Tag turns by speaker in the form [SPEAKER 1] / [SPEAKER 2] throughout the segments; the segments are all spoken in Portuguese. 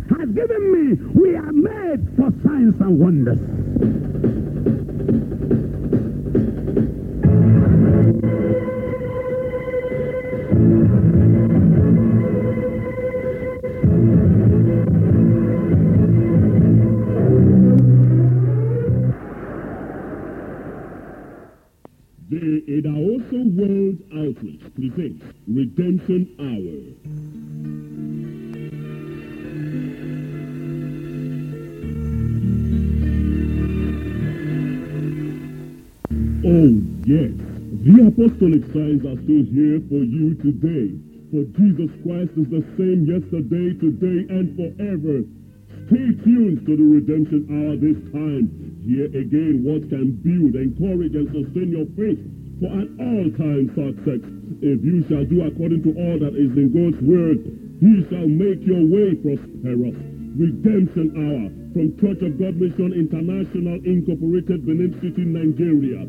[SPEAKER 1] given me. We are made for signs and wonders.
[SPEAKER 2] The Idaoso World Outreach presents Redemption Hour. Oh, yes. The apostolic signs are still here for you today. For Jesus Christ is the same yesterday, today, and forever. Stay tuned to the redemption hour this time. Hear again what can build, encourage, and sustain your faith for an all-time success. If you shall do according to all that is in God's word, he shall make your way prosperous. Redemption Hour from Church of God Mission International Incorporated, Benin City, Nigeria.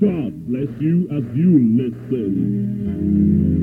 [SPEAKER 2] God bless you as you listen.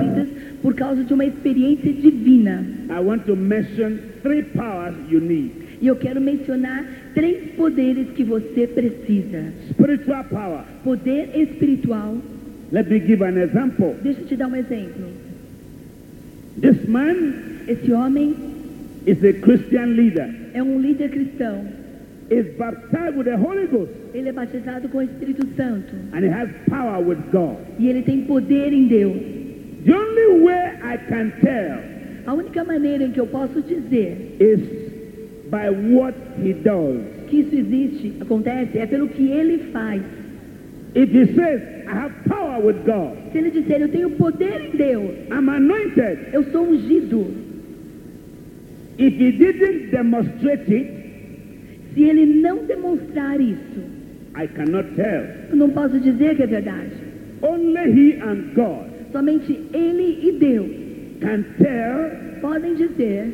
[SPEAKER 3] vidas por causa de uma experiência divina.
[SPEAKER 4] I want to mention three powers you need
[SPEAKER 3] E eu quero mencionar três poderes que você precisa:
[SPEAKER 4] spiritual power.
[SPEAKER 3] poder espiritual.
[SPEAKER 4] Let me give an example.
[SPEAKER 3] Deixa eu te dar um exemplo.
[SPEAKER 4] This man
[SPEAKER 3] Esse homem
[SPEAKER 4] is a Christian leader,
[SPEAKER 3] é um líder cristão.
[SPEAKER 4] is baptized with the Holy Ghost,
[SPEAKER 3] Ele é batizado com o Espírito Santo
[SPEAKER 4] and he has power with God.
[SPEAKER 3] e ele tem poder em Deus.
[SPEAKER 4] The only way I can tell
[SPEAKER 3] A única maneira em que eu posso dizer
[SPEAKER 4] is by what he does.
[SPEAKER 3] que isso existe, acontece, é pelo que ele faz.
[SPEAKER 4] If he says, I have power with God,
[SPEAKER 3] Se ele disser, eu tenho poder em Deus,
[SPEAKER 4] I'm anointed.
[SPEAKER 3] eu sou ungido.
[SPEAKER 4] If he didn't demonstrate it,
[SPEAKER 3] Se ele não demonstrar isso,
[SPEAKER 4] I cannot tell.
[SPEAKER 3] eu não posso dizer que é verdade.
[SPEAKER 4] Only he and God
[SPEAKER 3] Somente Ele e Deus
[SPEAKER 4] can tell
[SPEAKER 3] podem dizer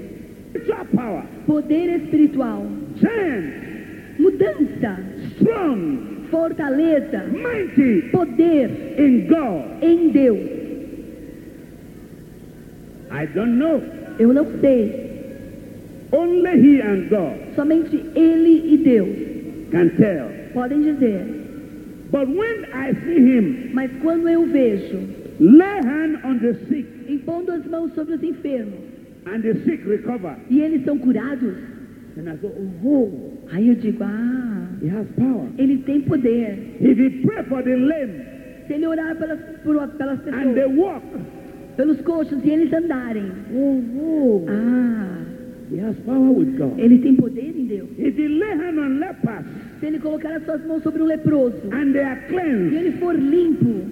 [SPEAKER 4] spiritual power.
[SPEAKER 3] poder espiritual,
[SPEAKER 4] Giant,
[SPEAKER 3] mudança,
[SPEAKER 4] strong,
[SPEAKER 3] fortaleza,
[SPEAKER 4] mighty
[SPEAKER 3] poder
[SPEAKER 4] in God.
[SPEAKER 3] em Deus.
[SPEAKER 4] I don't know.
[SPEAKER 3] Eu não sei,
[SPEAKER 4] Only he and God
[SPEAKER 3] somente Ele e Deus
[SPEAKER 4] can tell.
[SPEAKER 3] podem dizer.
[SPEAKER 4] But when I see him
[SPEAKER 3] Mas quando eu vejo,
[SPEAKER 4] lay hand on the sick
[SPEAKER 3] impondo as mãos sobre os enfermos
[SPEAKER 4] and the sick recover,
[SPEAKER 3] e eles são curados,
[SPEAKER 4] then I say, oh,
[SPEAKER 3] aí eu digo: Ah,
[SPEAKER 4] he has power.
[SPEAKER 3] Ele tem poder.
[SPEAKER 4] If he pray for the lame
[SPEAKER 3] Se Ele orar pelas, por- pelas
[SPEAKER 4] and they
[SPEAKER 3] pessoas,
[SPEAKER 4] walk,
[SPEAKER 3] pelos coxos e eles andarem,
[SPEAKER 4] oh, oh,
[SPEAKER 3] ah,
[SPEAKER 4] he has power with God.
[SPEAKER 3] Ele tem poder em Deus.
[SPEAKER 4] If he lay hand on lepers
[SPEAKER 3] Se Ele colocar as suas mãos sobre um leproso.
[SPEAKER 4] and they are
[SPEAKER 3] Se
[SPEAKER 4] cleansed,
[SPEAKER 3] ele for limpo,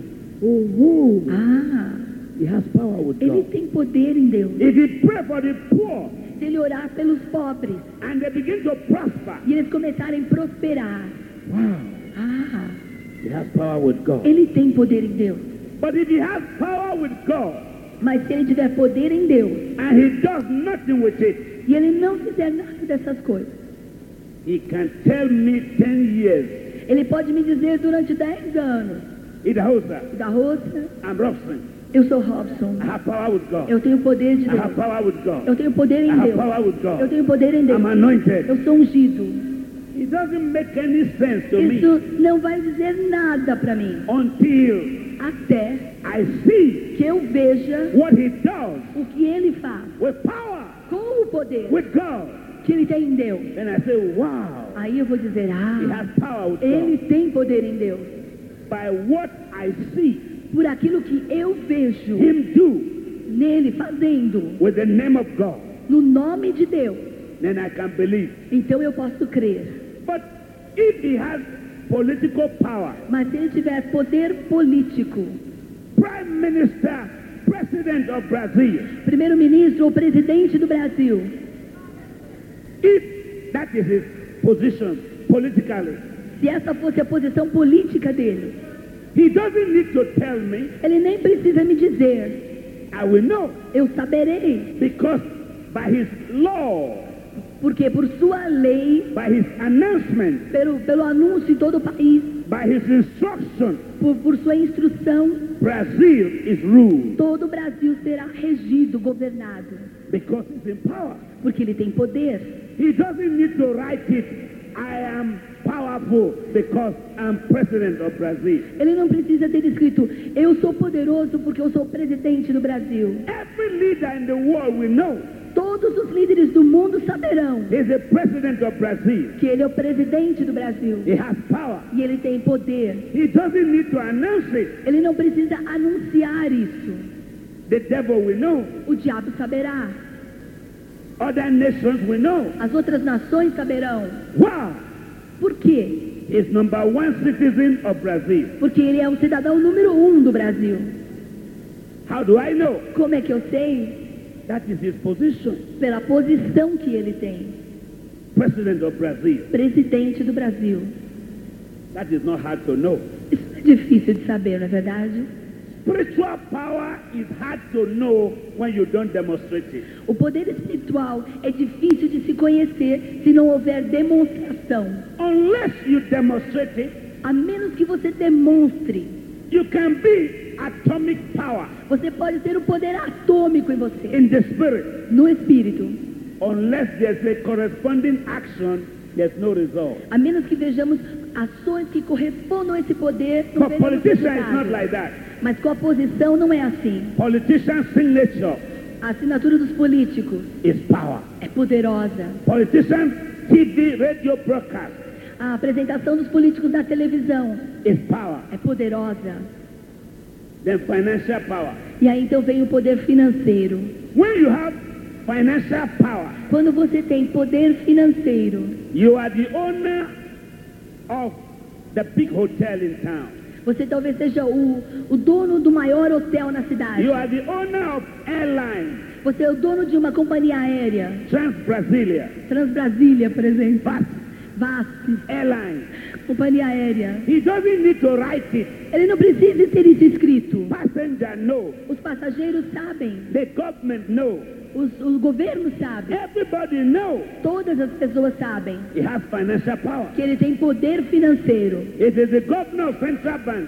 [SPEAKER 4] oh, oh,
[SPEAKER 3] ah,
[SPEAKER 4] he has power with
[SPEAKER 3] ele
[SPEAKER 4] God.
[SPEAKER 3] tem poder em Deus.
[SPEAKER 4] If he pray for the poor
[SPEAKER 3] se ele orar pelos pobres
[SPEAKER 4] and they begin to prosper.
[SPEAKER 3] e eles começarem a prosperar.
[SPEAKER 4] Wow.
[SPEAKER 3] Ah,
[SPEAKER 4] He has power with God.
[SPEAKER 3] ele tem poder em Deus.
[SPEAKER 4] But if he has power with God
[SPEAKER 3] Mas se ele tiver poder em Deus
[SPEAKER 4] and he does nothing with it,
[SPEAKER 3] e ele não fizer nada dessas coisas,
[SPEAKER 4] he can tell me 10 years,
[SPEAKER 3] ele pode me dizer durante 10 anos,
[SPEAKER 4] Idahosa,
[SPEAKER 3] Garrosa,
[SPEAKER 4] I'm Robson.
[SPEAKER 3] eu sou Robson,
[SPEAKER 4] I have power with God.
[SPEAKER 3] eu tenho poder de
[SPEAKER 4] I have
[SPEAKER 3] Deus,
[SPEAKER 4] power with God.
[SPEAKER 3] eu tenho poder
[SPEAKER 4] I
[SPEAKER 3] em
[SPEAKER 4] have
[SPEAKER 3] Deus,
[SPEAKER 4] power with
[SPEAKER 3] eu
[SPEAKER 4] God.
[SPEAKER 3] tenho poder em Deus,
[SPEAKER 4] I'm anointed.
[SPEAKER 3] eu sou ungido.
[SPEAKER 4] It doesn't make any sense to me
[SPEAKER 3] Isso não vai dizer nada para mim
[SPEAKER 4] until
[SPEAKER 3] até
[SPEAKER 4] I see
[SPEAKER 3] que eu veja
[SPEAKER 4] what he does
[SPEAKER 3] o que ele faz
[SPEAKER 4] with power,
[SPEAKER 3] com o poder
[SPEAKER 4] with God.
[SPEAKER 3] que ele tem em Deus.
[SPEAKER 4] Then I say, wow,
[SPEAKER 3] Aí eu vou dizer,
[SPEAKER 4] he
[SPEAKER 3] ah,
[SPEAKER 4] has power with
[SPEAKER 3] ele
[SPEAKER 4] God.
[SPEAKER 3] tem poder em Deus.
[SPEAKER 4] By what I see
[SPEAKER 3] Por aquilo que eu vejo
[SPEAKER 4] him do
[SPEAKER 3] nele fazendo,
[SPEAKER 4] with the name of God,
[SPEAKER 3] no nome de Deus,
[SPEAKER 4] then I can believe.
[SPEAKER 3] então eu posso crer.
[SPEAKER 4] But if he has political power,
[SPEAKER 3] Mas se ele tiver poder político,
[SPEAKER 4] prime minister, president of Brazil,
[SPEAKER 3] primeiro-ministro ou presidente do Brasil,
[SPEAKER 4] if that is his position politically,
[SPEAKER 3] se essa fosse a posição política dele,
[SPEAKER 4] he doesn't need to tell me.
[SPEAKER 3] ele nem precisa me dizer,
[SPEAKER 4] I will know
[SPEAKER 3] eu saberei.
[SPEAKER 4] because by his law,
[SPEAKER 3] Porque por sua lei,
[SPEAKER 4] by his announcement,
[SPEAKER 3] pelo, pelo anúncio em todo o país,
[SPEAKER 4] by his instruction,
[SPEAKER 3] por, por sua instrução,
[SPEAKER 4] Brazil is ruled
[SPEAKER 3] todo o Brasil será regido, governado.
[SPEAKER 4] because he's in power.
[SPEAKER 3] Porque ele tem poder.
[SPEAKER 4] He doesn't need to write it. I am powerful because I'm president of Brazil.
[SPEAKER 3] Ele não precisa ter escrito, eu sou poderoso porque eu sou presidente do Brasil.
[SPEAKER 4] Every leader in the world will know
[SPEAKER 3] Todos os líderes do mundo saberão
[SPEAKER 4] he's a president of Brazil.
[SPEAKER 3] que ele é o presidente do Brasil.
[SPEAKER 4] He has power.
[SPEAKER 3] E ele tem poder.
[SPEAKER 4] He doesn't need to announce it.
[SPEAKER 3] Ele não precisa anunciar isso.
[SPEAKER 4] The devil will know.
[SPEAKER 3] O diabo saberá.
[SPEAKER 4] Other nations will know.
[SPEAKER 3] As outras nações saberão.
[SPEAKER 4] Wow!
[SPEAKER 3] Por quê?
[SPEAKER 4] He's number one citizen of Brazil.
[SPEAKER 3] Porque ele é o cidadão número um do Brasil.
[SPEAKER 4] How do I know?
[SPEAKER 3] Como é que eu sei?
[SPEAKER 4] That is his position.
[SPEAKER 3] Pela posição que ele tem.
[SPEAKER 4] President of Brazil.
[SPEAKER 3] Presidente do Brasil.
[SPEAKER 4] That is not hard to know.
[SPEAKER 3] Isso é difícil de saber, não é verdade?
[SPEAKER 4] Spiritual power is hard to know when you don't demonstrate it.
[SPEAKER 3] O poder espiritual é difícil de se conhecer se não houver demonstração.
[SPEAKER 4] Unless you demonstrate it,
[SPEAKER 3] A menos que você demonstre.
[SPEAKER 4] you can be atomic power
[SPEAKER 3] Você pode ter o poder atômico em você,
[SPEAKER 4] in the spirit.
[SPEAKER 3] no espírito.
[SPEAKER 4] Unless there's a corresponding action, there's no result.
[SPEAKER 3] A menos que vejamos ações que correspondam a esse poder,
[SPEAKER 4] For
[SPEAKER 3] não veremos
[SPEAKER 4] politician is é not
[SPEAKER 3] resultado.
[SPEAKER 4] like that.
[SPEAKER 3] Mas com a posição não é assim.
[SPEAKER 4] Politician's signature
[SPEAKER 3] A assinatura dos políticos
[SPEAKER 4] is power.
[SPEAKER 3] é poderosa.
[SPEAKER 4] Politician's TV radio broadcast
[SPEAKER 3] A apresentação dos políticos na televisão
[SPEAKER 4] is power.
[SPEAKER 3] é poderosa.
[SPEAKER 4] Then financial power.
[SPEAKER 3] E aí então vem o poder financeiro.
[SPEAKER 4] When you have financial power,
[SPEAKER 3] Quando você tem poder financeiro,
[SPEAKER 4] you are the owner of the big hotel in town.
[SPEAKER 3] você talvez seja o, o dono do maior hotel na cidade.
[SPEAKER 4] You are the owner of airline
[SPEAKER 3] Você é o dono de uma companhia aérea,
[SPEAKER 4] Trans Brasilia,
[SPEAKER 3] Transbrasília, por exemplo,
[SPEAKER 4] Fast
[SPEAKER 3] VASP,
[SPEAKER 4] Airline.
[SPEAKER 3] companhia aérea.
[SPEAKER 4] He doesn't need to write it.
[SPEAKER 3] Ele não precisa ter isso escrito.
[SPEAKER 4] Passenger know.
[SPEAKER 3] Os passageiros sabem,
[SPEAKER 4] The government know.
[SPEAKER 3] os, o governo sabe,
[SPEAKER 4] Everybody know.
[SPEAKER 3] todas as pessoas sabem
[SPEAKER 4] He has financial power.
[SPEAKER 3] que ele tem poder financeiro.
[SPEAKER 4] It is the governor of central bank.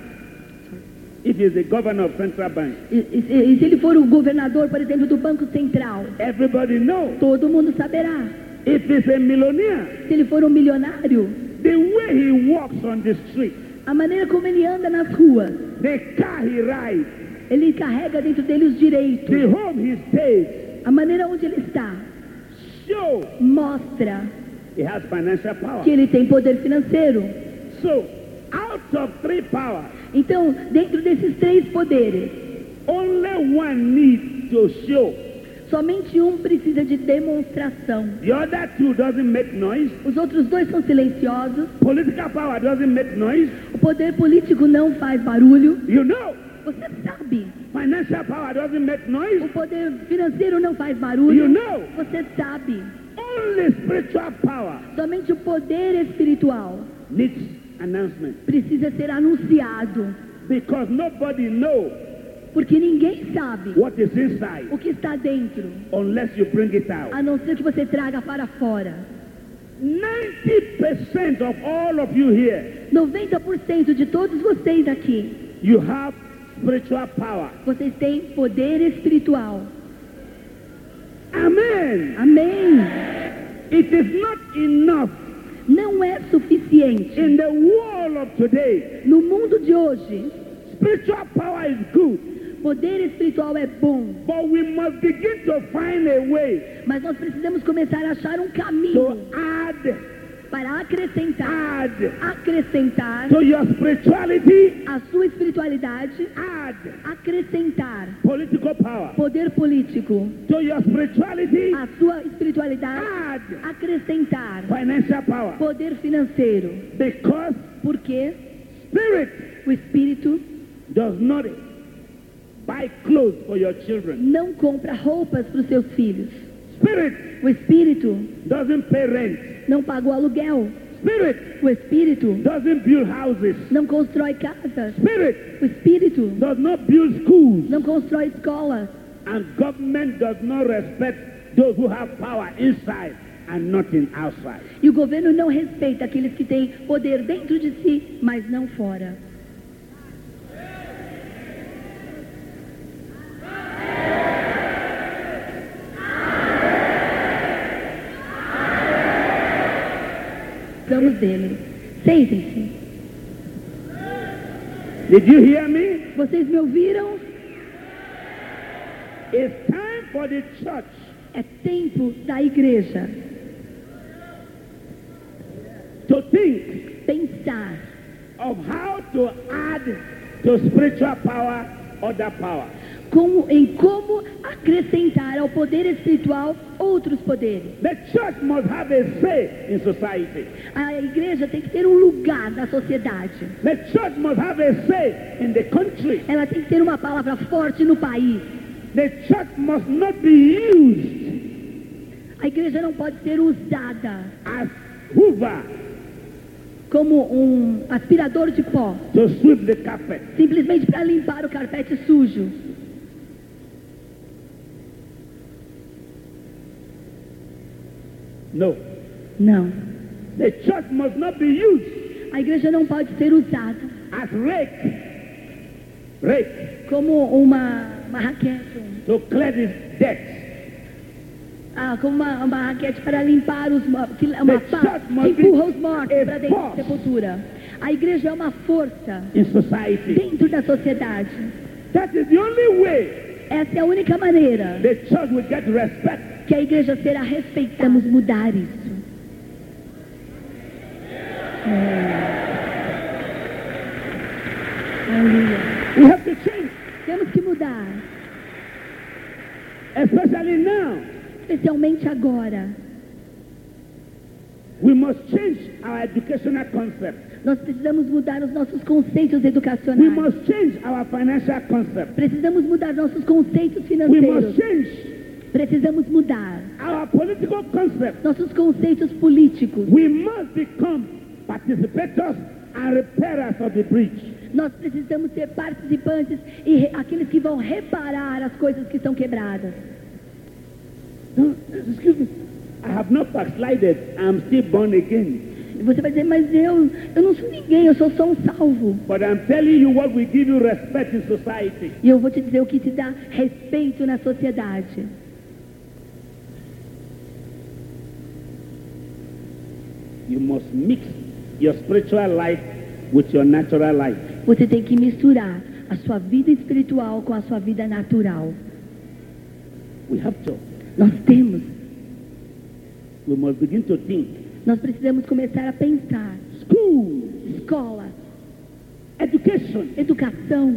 [SPEAKER 4] It is the governor of central bank.
[SPEAKER 3] E, e- e se ele for o governador, por exemplo, do Banco Central,
[SPEAKER 4] Everybody know.
[SPEAKER 3] todo mundo saberá.
[SPEAKER 4] It is a millionaire.
[SPEAKER 3] Se ele for um milionário,
[SPEAKER 4] The way he walks on the street,
[SPEAKER 3] a maneira como ele anda nas ruas,
[SPEAKER 4] the car he rides,
[SPEAKER 3] ele carrega dentro dele os direitos,
[SPEAKER 4] the home he stays,
[SPEAKER 3] a maneira onde ele está,
[SPEAKER 4] show
[SPEAKER 3] mostra
[SPEAKER 4] he has financial power.
[SPEAKER 3] que ele tem poder financeiro.
[SPEAKER 4] So, out of three powers,
[SPEAKER 3] Então, dentro desses três poderes,
[SPEAKER 4] Only one needs to show.
[SPEAKER 3] somente um precisa de demonstração.
[SPEAKER 4] The other two doesn't make noise.
[SPEAKER 3] Os outros dois são silenciosos,
[SPEAKER 4] Political power doesn't make noise.
[SPEAKER 3] o poder político não faz barulho.
[SPEAKER 4] You know,
[SPEAKER 3] Você sabe,
[SPEAKER 4] Financial power doesn't make
[SPEAKER 3] O
[SPEAKER 4] noise.
[SPEAKER 3] poder financeiro não faz
[SPEAKER 4] You
[SPEAKER 3] barulho.
[SPEAKER 4] know,
[SPEAKER 3] Você sabe.
[SPEAKER 4] only spiritual power
[SPEAKER 3] Somente o poder espiritual
[SPEAKER 4] needs announcement
[SPEAKER 3] precisa ser anunciado.
[SPEAKER 4] because nobody knows
[SPEAKER 3] Porque ninguém sabe
[SPEAKER 4] what is inside
[SPEAKER 3] o que está dentro,
[SPEAKER 4] unless you bring it out.
[SPEAKER 3] a não ser que você traga para fora.
[SPEAKER 4] 90% of all of you here,
[SPEAKER 3] 90% de todos vocês aqui,
[SPEAKER 4] you have spiritual power.
[SPEAKER 3] vocês têm poder espiritual.
[SPEAKER 4] Amen.
[SPEAKER 3] Amém.
[SPEAKER 4] It is not enough
[SPEAKER 3] Não é suficiente.
[SPEAKER 4] in the world of today.
[SPEAKER 3] No mundo de hoje,
[SPEAKER 4] Spiritual power is good,
[SPEAKER 3] poder espiritual é bom,
[SPEAKER 4] but we must begin to find a way
[SPEAKER 3] mas nós precisamos começar a achar um caminho
[SPEAKER 4] to add,
[SPEAKER 3] para acrescentar,
[SPEAKER 4] add
[SPEAKER 3] acrescentar
[SPEAKER 4] to your spirituality,
[SPEAKER 3] a sua espiritualidade,
[SPEAKER 4] add
[SPEAKER 3] acrescentar
[SPEAKER 4] political power
[SPEAKER 3] poder político,
[SPEAKER 4] to your spirituality,
[SPEAKER 3] a sua espiritualidade,
[SPEAKER 4] add
[SPEAKER 3] acrescentar
[SPEAKER 4] financial power
[SPEAKER 3] poder financeiro,
[SPEAKER 4] because
[SPEAKER 3] porque
[SPEAKER 4] spirit
[SPEAKER 3] o espírito
[SPEAKER 4] does not buy clothes for your children.
[SPEAKER 3] não compra roupas para os seus filhos.
[SPEAKER 4] Spirit
[SPEAKER 3] O espírito
[SPEAKER 4] doesn't pay rent.
[SPEAKER 3] não paga o aluguel.
[SPEAKER 4] Spirit
[SPEAKER 3] O espírito
[SPEAKER 4] doesn't build houses.
[SPEAKER 3] não constrói casas.
[SPEAKER 4] Spirit
[SPEAKER 3] O espírito
[SPEAKER 4] does not build schools.
[SPEAKER 3] não constrói escolas.
[SPEAKER 4] And government does not respect those who have power inside and not in outside.
[SPEAKER 3] E o governo não respeita aqueles que têm poder dentro de si, mas não fora. Precisamos dele. Sentem-se.
[SPEAKER 4] Did you hear me?
[SPEAKER 3] Vocês me ouviram?
[SPEAKER 4] It's time for the church
[SPEAKER 3] É tempo da igreja
[SPEAKER 4] to think
[SPEAKER 3] pensar
[SPEAKER 4] of how to add to spiritual power other power.
[SPEAKER 3] como- em como acrescentar ao poder espiritual outros poderes.
[SPEAKER 4] The church must have a say in society.
[SPEAKER 3] A igreja tem que ter um lugar na sociedade.
[SPEAKER 4] The church must have a say in the country.
[SPEAKER 3] Ela tem que ter uma palavra forte no país.
[SPEAKER 4] The church must not be used
[SPEAKER 3] A igreja não pode ser usada
[SPEAKER 4] as Hoover
[SPEAKER 3] como um aspirador de pó,
[SPEAKER 4] to sweep the carpet.
[SPEAKER 3] simplesmente para limpar o carpete sujo.
[SPEAKER 4] No.
[SPEAKER 3] Não.
[SPEAKER 4] The church must not be used
[SPEAKER 3] A igreja não pode ser usada
[SPEAKER 4] as rake. Rake
[SPEAKER 3] como uma, uma raquete, um-
[SPEAKER 4] to clear the debts.
[SPEAKER 3] ah, como uma, uma raquete para limpar os mo- que, uma
[SPEAKER 4] The
[SPEAKER 3] pá
[SPEAKER 4] church must
[SPEAKER 3] que empurra os
[SPEAKER 4] be
[SPEAKER 3] mortos
[SPEAKER 4] a
[SPEAKER 3] para dentro da
[SPEAKER 4] force.
[SPEAKER 3] sepultura. A igreja é uma força
[SPEAKER 4] in society.
[SPEAKER 3] dentro da sociedade.
[SPEAKER 4] That is the only way
[SPEAKER 3] Essa é a única maneira
[SPEAKER 4] the church will get respect.
[SPEAKER 3] que a igreja será respeitada. Vamos mudar isso. É. Aleluia.
[SPEAKER 4] We have to change,
[SPEAKER 3] Temos que mudar,
[SPEAKER 4] especially now.
[SPEAKER 3] especialmente agora.
[SPEAKER 4] We must change our educational concept.
[SPEAKER 3] Nós precisamos mudar os nossos conceitos
[SPEAKER 4] We
[SPEAKER 3] educacionais.
[SPEAKER 4] must change our financial concept.
[SPEAKER 3] Precisamos mudar nossos conceitos
[SPEAKER 4] We must
[SPEAKER 3] financeiros.
[SPEAKER 4] change
[SPEAKER 3] Precisamos mudar
[SPEAKER 4] our political concept.
[SPEAKER 3] nossos conceitos políticos.
[SPEAKER 4] We must become participators and repairers of the breach.
[SPEAKER 3] Nós precisamos ser participantes e re- aqueles que vão reparar as coisas que estão quebradas.
[SPEAKER 4] No, excuse me. I have not backslided. I'm still born again.
[SPEAKER 3] E Você vai dizer, mas eu, eu não sou ninguém, eu sou só um salvo.
[SPEAKER 4] But I'm telling you what will give you respect in society.
[SPEAKER 3] E eu vou te dizer o que te dá respeito na sociedade.
[SPEAKER 4] You must mix your spiritual life with your natural life.
[SPEAKER 3] Você tem que misturar a sua vida espiritual com a sua vida natural.
[SPEAKER 4] We have to.
[SPEAKER 3] Nós temos,
[SPEAKER 4] We must begin to think.
[SPEAKER 3] nós precisamos começar a pensar.
[SPEAKER 4] School,
[SPEAKER 3] Escola,
[SPEAKER 4] education,
[SPEAKER 3] educação,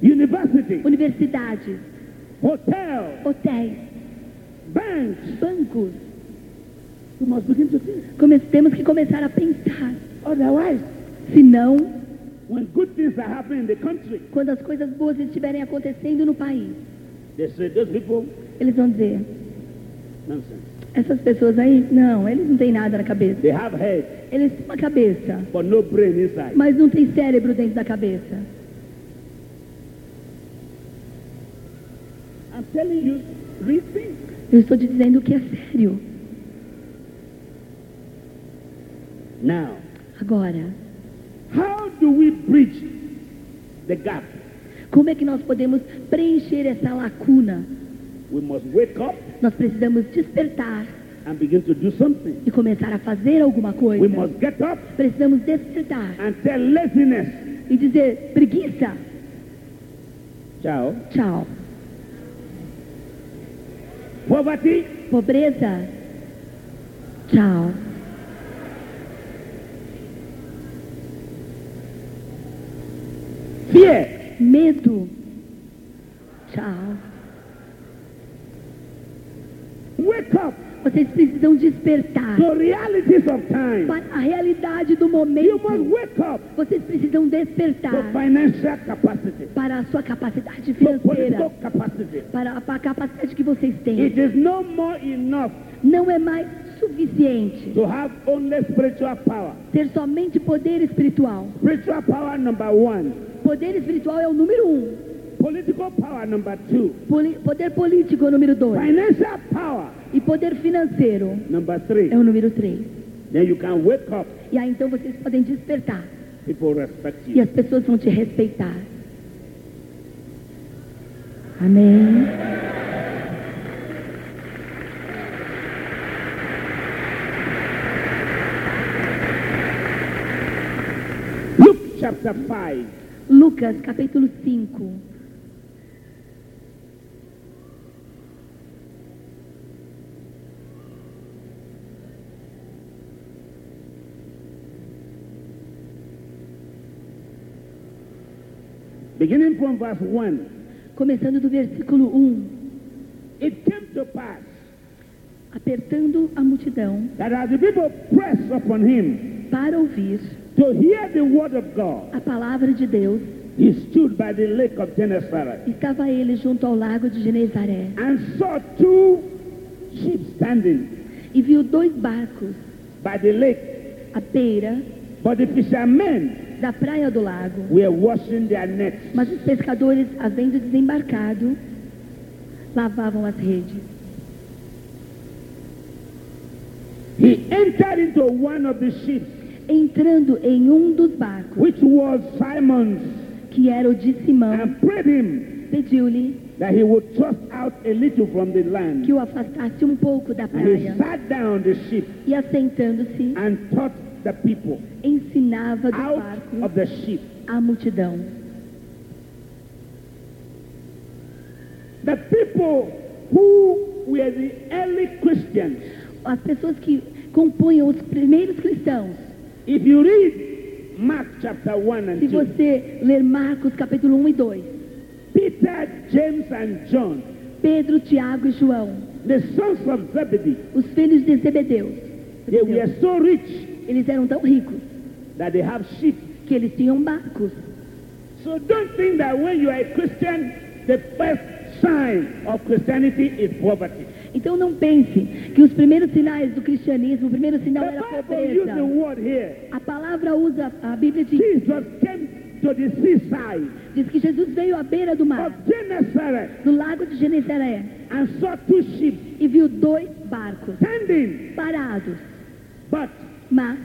[SPEAKER 4] university,
[SPEAKER 3] universidades,
[SPEAKER 4] hotel,
[SPEAKER 3] hotéis,
[SPEAKER 4] banks.
[SPEAKER 3] bancos.
[SPEAKER 4] We must begin to think.
[SPEAKER 3] Come- temos que começar a pensar.
[SPEAKER 4] Otherwise,
[SPEAKER 3] Senão,
[SPEAKER 2] When good things are happening in the country,
[SPEAKER 3] Quando as coisas boas estiverem acontecendo no país,
[SPEAKER 2] they say those people,
[SPEAKER 3] eles vão dizer:
[SPEAKER 2] nonsense.
[SPEAKER 3] essas pessoas aí, não, eles não têm nada na cabeça.
[SPEAKER 2] They have head,
[SPEAKER 3] Eles têm uma é tipo cabeça,
[SPEAKER 2] but no brain inside.
[SPEAKER 3] mas não tem cérebro dentro da cabeça.
[SPEAKER 2] I'm telling you, rethink.
[SPEAKER 3] Eu estou te dizendo o que é sério.
[SPEAKER 2] Now,
[SPEAKER 3] Agora,
[SPEAKER 2] how do we bridge the gap?
[SPEAKER 3] como é que nós podemos preencher essa lacuna?
[SPEAKER 2] We must wake up
[SPEAKER 3] Nós precisamos despertar
[SPEAKER 2] and begin to do something.
[SPEAKER 3] e começar a fazer alguma
[SPEAKER 2] We
[SPEAKER 3] coisa.
[SPEAKER 2] must get up
[SPEAKER 3] Precisamos despertar
[SPEAKER 2] and tell laziness,
[SPEAKER 3] e dizer: preguiça,
[SPEAKER 2] ciao,
[SPEAKER 3] tchau.
[SPEAKER 2] poverty,
[SPEAKER 3] Pobreza, tchau.
[SPEAKER 2] fear,
[SPEAKER 3] Medo, tchau.
[SPEAKER 2] wake up
[SPEAKER 3] Vocês precisam despertar
[SPEAKER 2] to realities of time.
[SPEAKER 3] para a realidade do
[SPEAKER 2] You must
[SPEAKER 3] momento.
[SPEAKER 2] wake up
[SPEAKER 3] Vocês precisam
[SPEAKER 2] to
[SPEAKER 3] despertar
[SPEAKER 2] financial capacity,
[SPEAKER 3] para a sua capacidade
[SPEAKER 2] to political
[SPEAKER 3] financeira,
[SPEAKER 2] capacity.
[SPEAKER 3] para a capacidade que vocês
[SPEAKER 2] It
[SPEAKER 3] têm.
[SPEAKER 2] is no more enough
[SPEAKER 3] Não é mais suficiente
[SPEAKER 2] to have only spiritual power.
[SPEAKER 3] ter somente poder espiritual.
[SPEAKER 2] Spiritual power number one,
[SPEAKER 3] Poder espiritual é o número um.
[SPEAKER 2] political power number two,
[SPEAKER 3] Poli- poder político é o número dois.
[SPEAKER 2] financial power
[SPEAKER 3] E poder financeiro
[SPEAKER 2] number three.
[SPEAKER 3] é o número três.
[SPEAKER 2] Then you can wake up.
[SPEAKER 3] E aí então vocês podem despertar.
[SPEAKER 2] People respect
[SPEAKER 3] E
[SPEAKER 2] you.
[SPEAKER 3] as pessoas vão te respeitar. Amém.
[SPEAKER 2] Luke chapter 5,
[SPEAKER 3] Lucas capítulo 5,
[SPEAKER 2] beginning from verse 1.
[SPEAKER 3] começando do versículo 1.
[SPEAKER 2] It came to pass
[SPEAKER 3] Apertando a multidão
[SPEAKER 2] that as the people pressed upon him
[SPEAKER 3] para ouvir
[SPEAKER 2] to hear the word of God,
[SPEAKER 3] a palavra de Deus,
[SPEAKER 2] he stood by the lake of Gennesaret
[SPEAKER 3] estava ele junto ao lago de Genezaré
[SPEAKER 2] and saw two sheep standing
[SPEAKER 3] e viu dois barcos
[SPEAKER 2] by the lake.
[SPEAKER 3] à beira
[SPEAKER 2] But the fishermen
[SPEAKER 3] da praia do lago.
[SPEAKER 2] were washing their nets.
[SPEAKER 3] Mas os pescadores, havendo desembarcado, lavavam as redes.
[SPEAKER 2] He entered into one of the ships,
[SPEAKER 3] Entrando em um dos barcos,
[SPEAKER 2] which was Simon's,
[SPEAKER 3] que era o de Simão,
[SPEAKER 2] and prayed him
[SPEAKER 3] pediu-lhe
[SPEAKER 2] that he would thrust out a little from the land.
[SPEAKER 3] que o afastasse um pouco da
[SPEAKER 2] And he
[SPEAKER 3] praia
[SPEAKER 2] sat down the ship
[SPEAKER 3] e assentando-se
[SPEAKER 2] and taught the people
[SPEAKER 3] ensinava do
[SPEAKER 2] out
[SPEAKER 3] barco
[SPEAKER 2] of the ship.
[SPEAKER 3] a multidão.
[SPEAKER 2] The people who were the early Christians.
[SPEAKER 3] As pessoas que compunham os primeiros cristãos.
[SPEAKER 2] If you read Mark chapter 1
[SPEAKER 3] Se
[SPEAKER 2] and 2,
[SPEAKER 3] você ler Marcos capítulo 1 e 2,
[SPEAKER 2] Peter, James, and John,
[SPEAKER 3] Pedro, Tiago e João,
[SPEAKER 2] the sons of Zebedee,
[SPEAKER 3] os filhos de Zebedeu,
[SPEAKER 2] they were so rich
[SPEAKER 3] eles eram tão ricos
[SPEAKER 2] that they have sheep.
[SPEAKER 3] que eles tinham barcos.
[SPEAKER 2] So don't think that when you are a Christian, the first sign of Christianity is poverty.
[SPEAKER 3] Então não pense que os primeiros sinais do cristianismo, o primeiro sinal
[SPEAKER 2] The
[SPEAKER 3] era a
[SPEAKER 2] Bible used the
[SPEAKER 3] pobreza.
[SPEAKER 2] word here.
[SPEAKER 3] A palavra usa, a Bíblia diz,
[SPEAKER 2] Jesus came to the seaside
[SPEAKER 3] diz que Jesus veio à beira do mar,
[SPEAKER 2] of Gennesaret
[SPEAKER 3] do lago de Genezaré,
[SPEAKER 2] and saw two sheep
[SPEAKER 3] e viu dois barcos
[SPEAKER 2] standing,
[SPEAKER 3] parados,
[SPEAKER 2] but
[SPEAKER 3] mas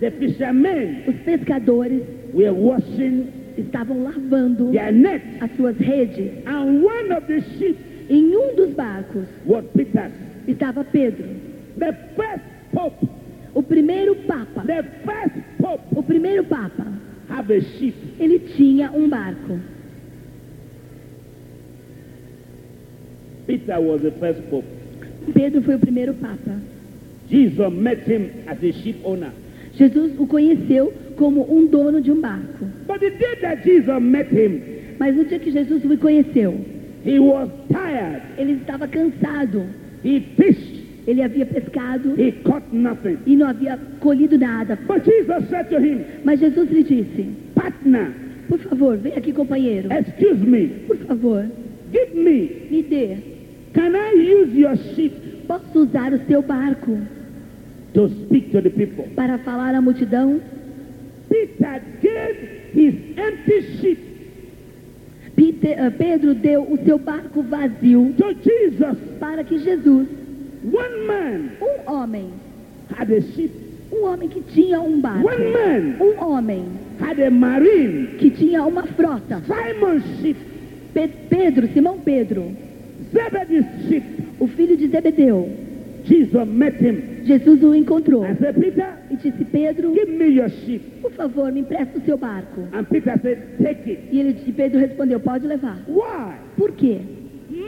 [SPEAKER 2] the fishermen
[SPEAKER 3] os pescadores
[SPEAKER 2] were washing
[SPEAKER 3] estavam lavando
[SPEAKER 2] their nets.
[SPEAKER 3] as suas redes.
[SPEAKER 2] And one of the sheep
[SPEAKER 3] Em um dos barcos
[SPEAKER 2] was Peter,
[SPEAKER 3] estava Pedro,
[SPEAKER 2] the first pope.
[SPEAKER 3] o primeiro papa.
[SPEAKER 2] The first pope
[SPEAKER 3] O primeiro papa,
[SPEAKER 2] have a sheep.
[SPEAKER 3] ele tinha um barco.
[SPEAKER 2] Peter was the first pope.
[SPEAKER 3] Pedro foi o primeiro papa.
[SPEAKER 2] Jesus met him as a sheep owner.
[SPEAKER 3] Jesus o conheceu como um dono de um barco.
[SPEAKER 2] But the day that Jesus met him,
[SPEAKER 3] Mas no dia que Jesus o conheceu,
[SPEAKER 2] he was tired.
[SPEAKER 3] ele estava cansado.
[SPEAKER 2] He fished.
[SPEAKER 3] Ele havia pescado
[SPEAKER 2] He caught nothing.
[SPEAKER 3] e não havia colhido nada.
[SPEAKER 2] But Jesus said to him,
[SPEAKER 3] Mas Jesus lhe disse:
[SPEAKER 2] partner,
[SPEAKER 3] Por favor, vem aqui, companheiro. É,
[SPEAKER 2] excuse me,
[SPEAKER 3] Por favor,
[SPEAKER 2] give me,
[SPEAKER 3] me dê.
[SPEAKER 2] can I use your ship
[SPEAKER 3] Posso usar o seu barco
[SPEAKER 2] to speak to the people?
[SPEAKER 3] para falar à multidão?
[SPEAKER 2] Peter gave his empty ship
[SPEAKER 3] Peter- ah, Pedro deu o seu barco vazio
[SPEAKER 2] to Jesus.
[SPEAKER 3] para que Jesus,
[SPEAKER 2] One man
[SPEAKER 3] um homem,
[SPEAKER 2] had a ship,
[SPEAKER 3] um homem que tinha um barco,
[SPEAKER 2] one man
[SPEAKER 3] um homem
[SPEAKER 2] had a marine,
[SPEAKER 3] que tinha uma frota,
[SPEAKER 2] Simon's ship,
[SPEAKER 3] Pe- Pedro, Simão Pedro,
[SPEAKER 2] Zebedee's ship.
[SPEAKER 3] o filho de Zebedeu,
[SPEAKER 2] Jesus met him
[SPEAKER 3] Jesus o encontrou
[SPEAKER 2] and said, Peter,
[SPEAKER 3] e disse: Pedro,
[SPEAKER 2] give me your ship.
[SPEAKER 3] por favor, me empresta o seu barco.
[SPEAKER 2] And Peter said, take it.
[SPEAKER 3] E ele disse, Pedro respondeu: Pode levar.
[SPEAKER 2] Why?
[SPEAKER 3] Por quê?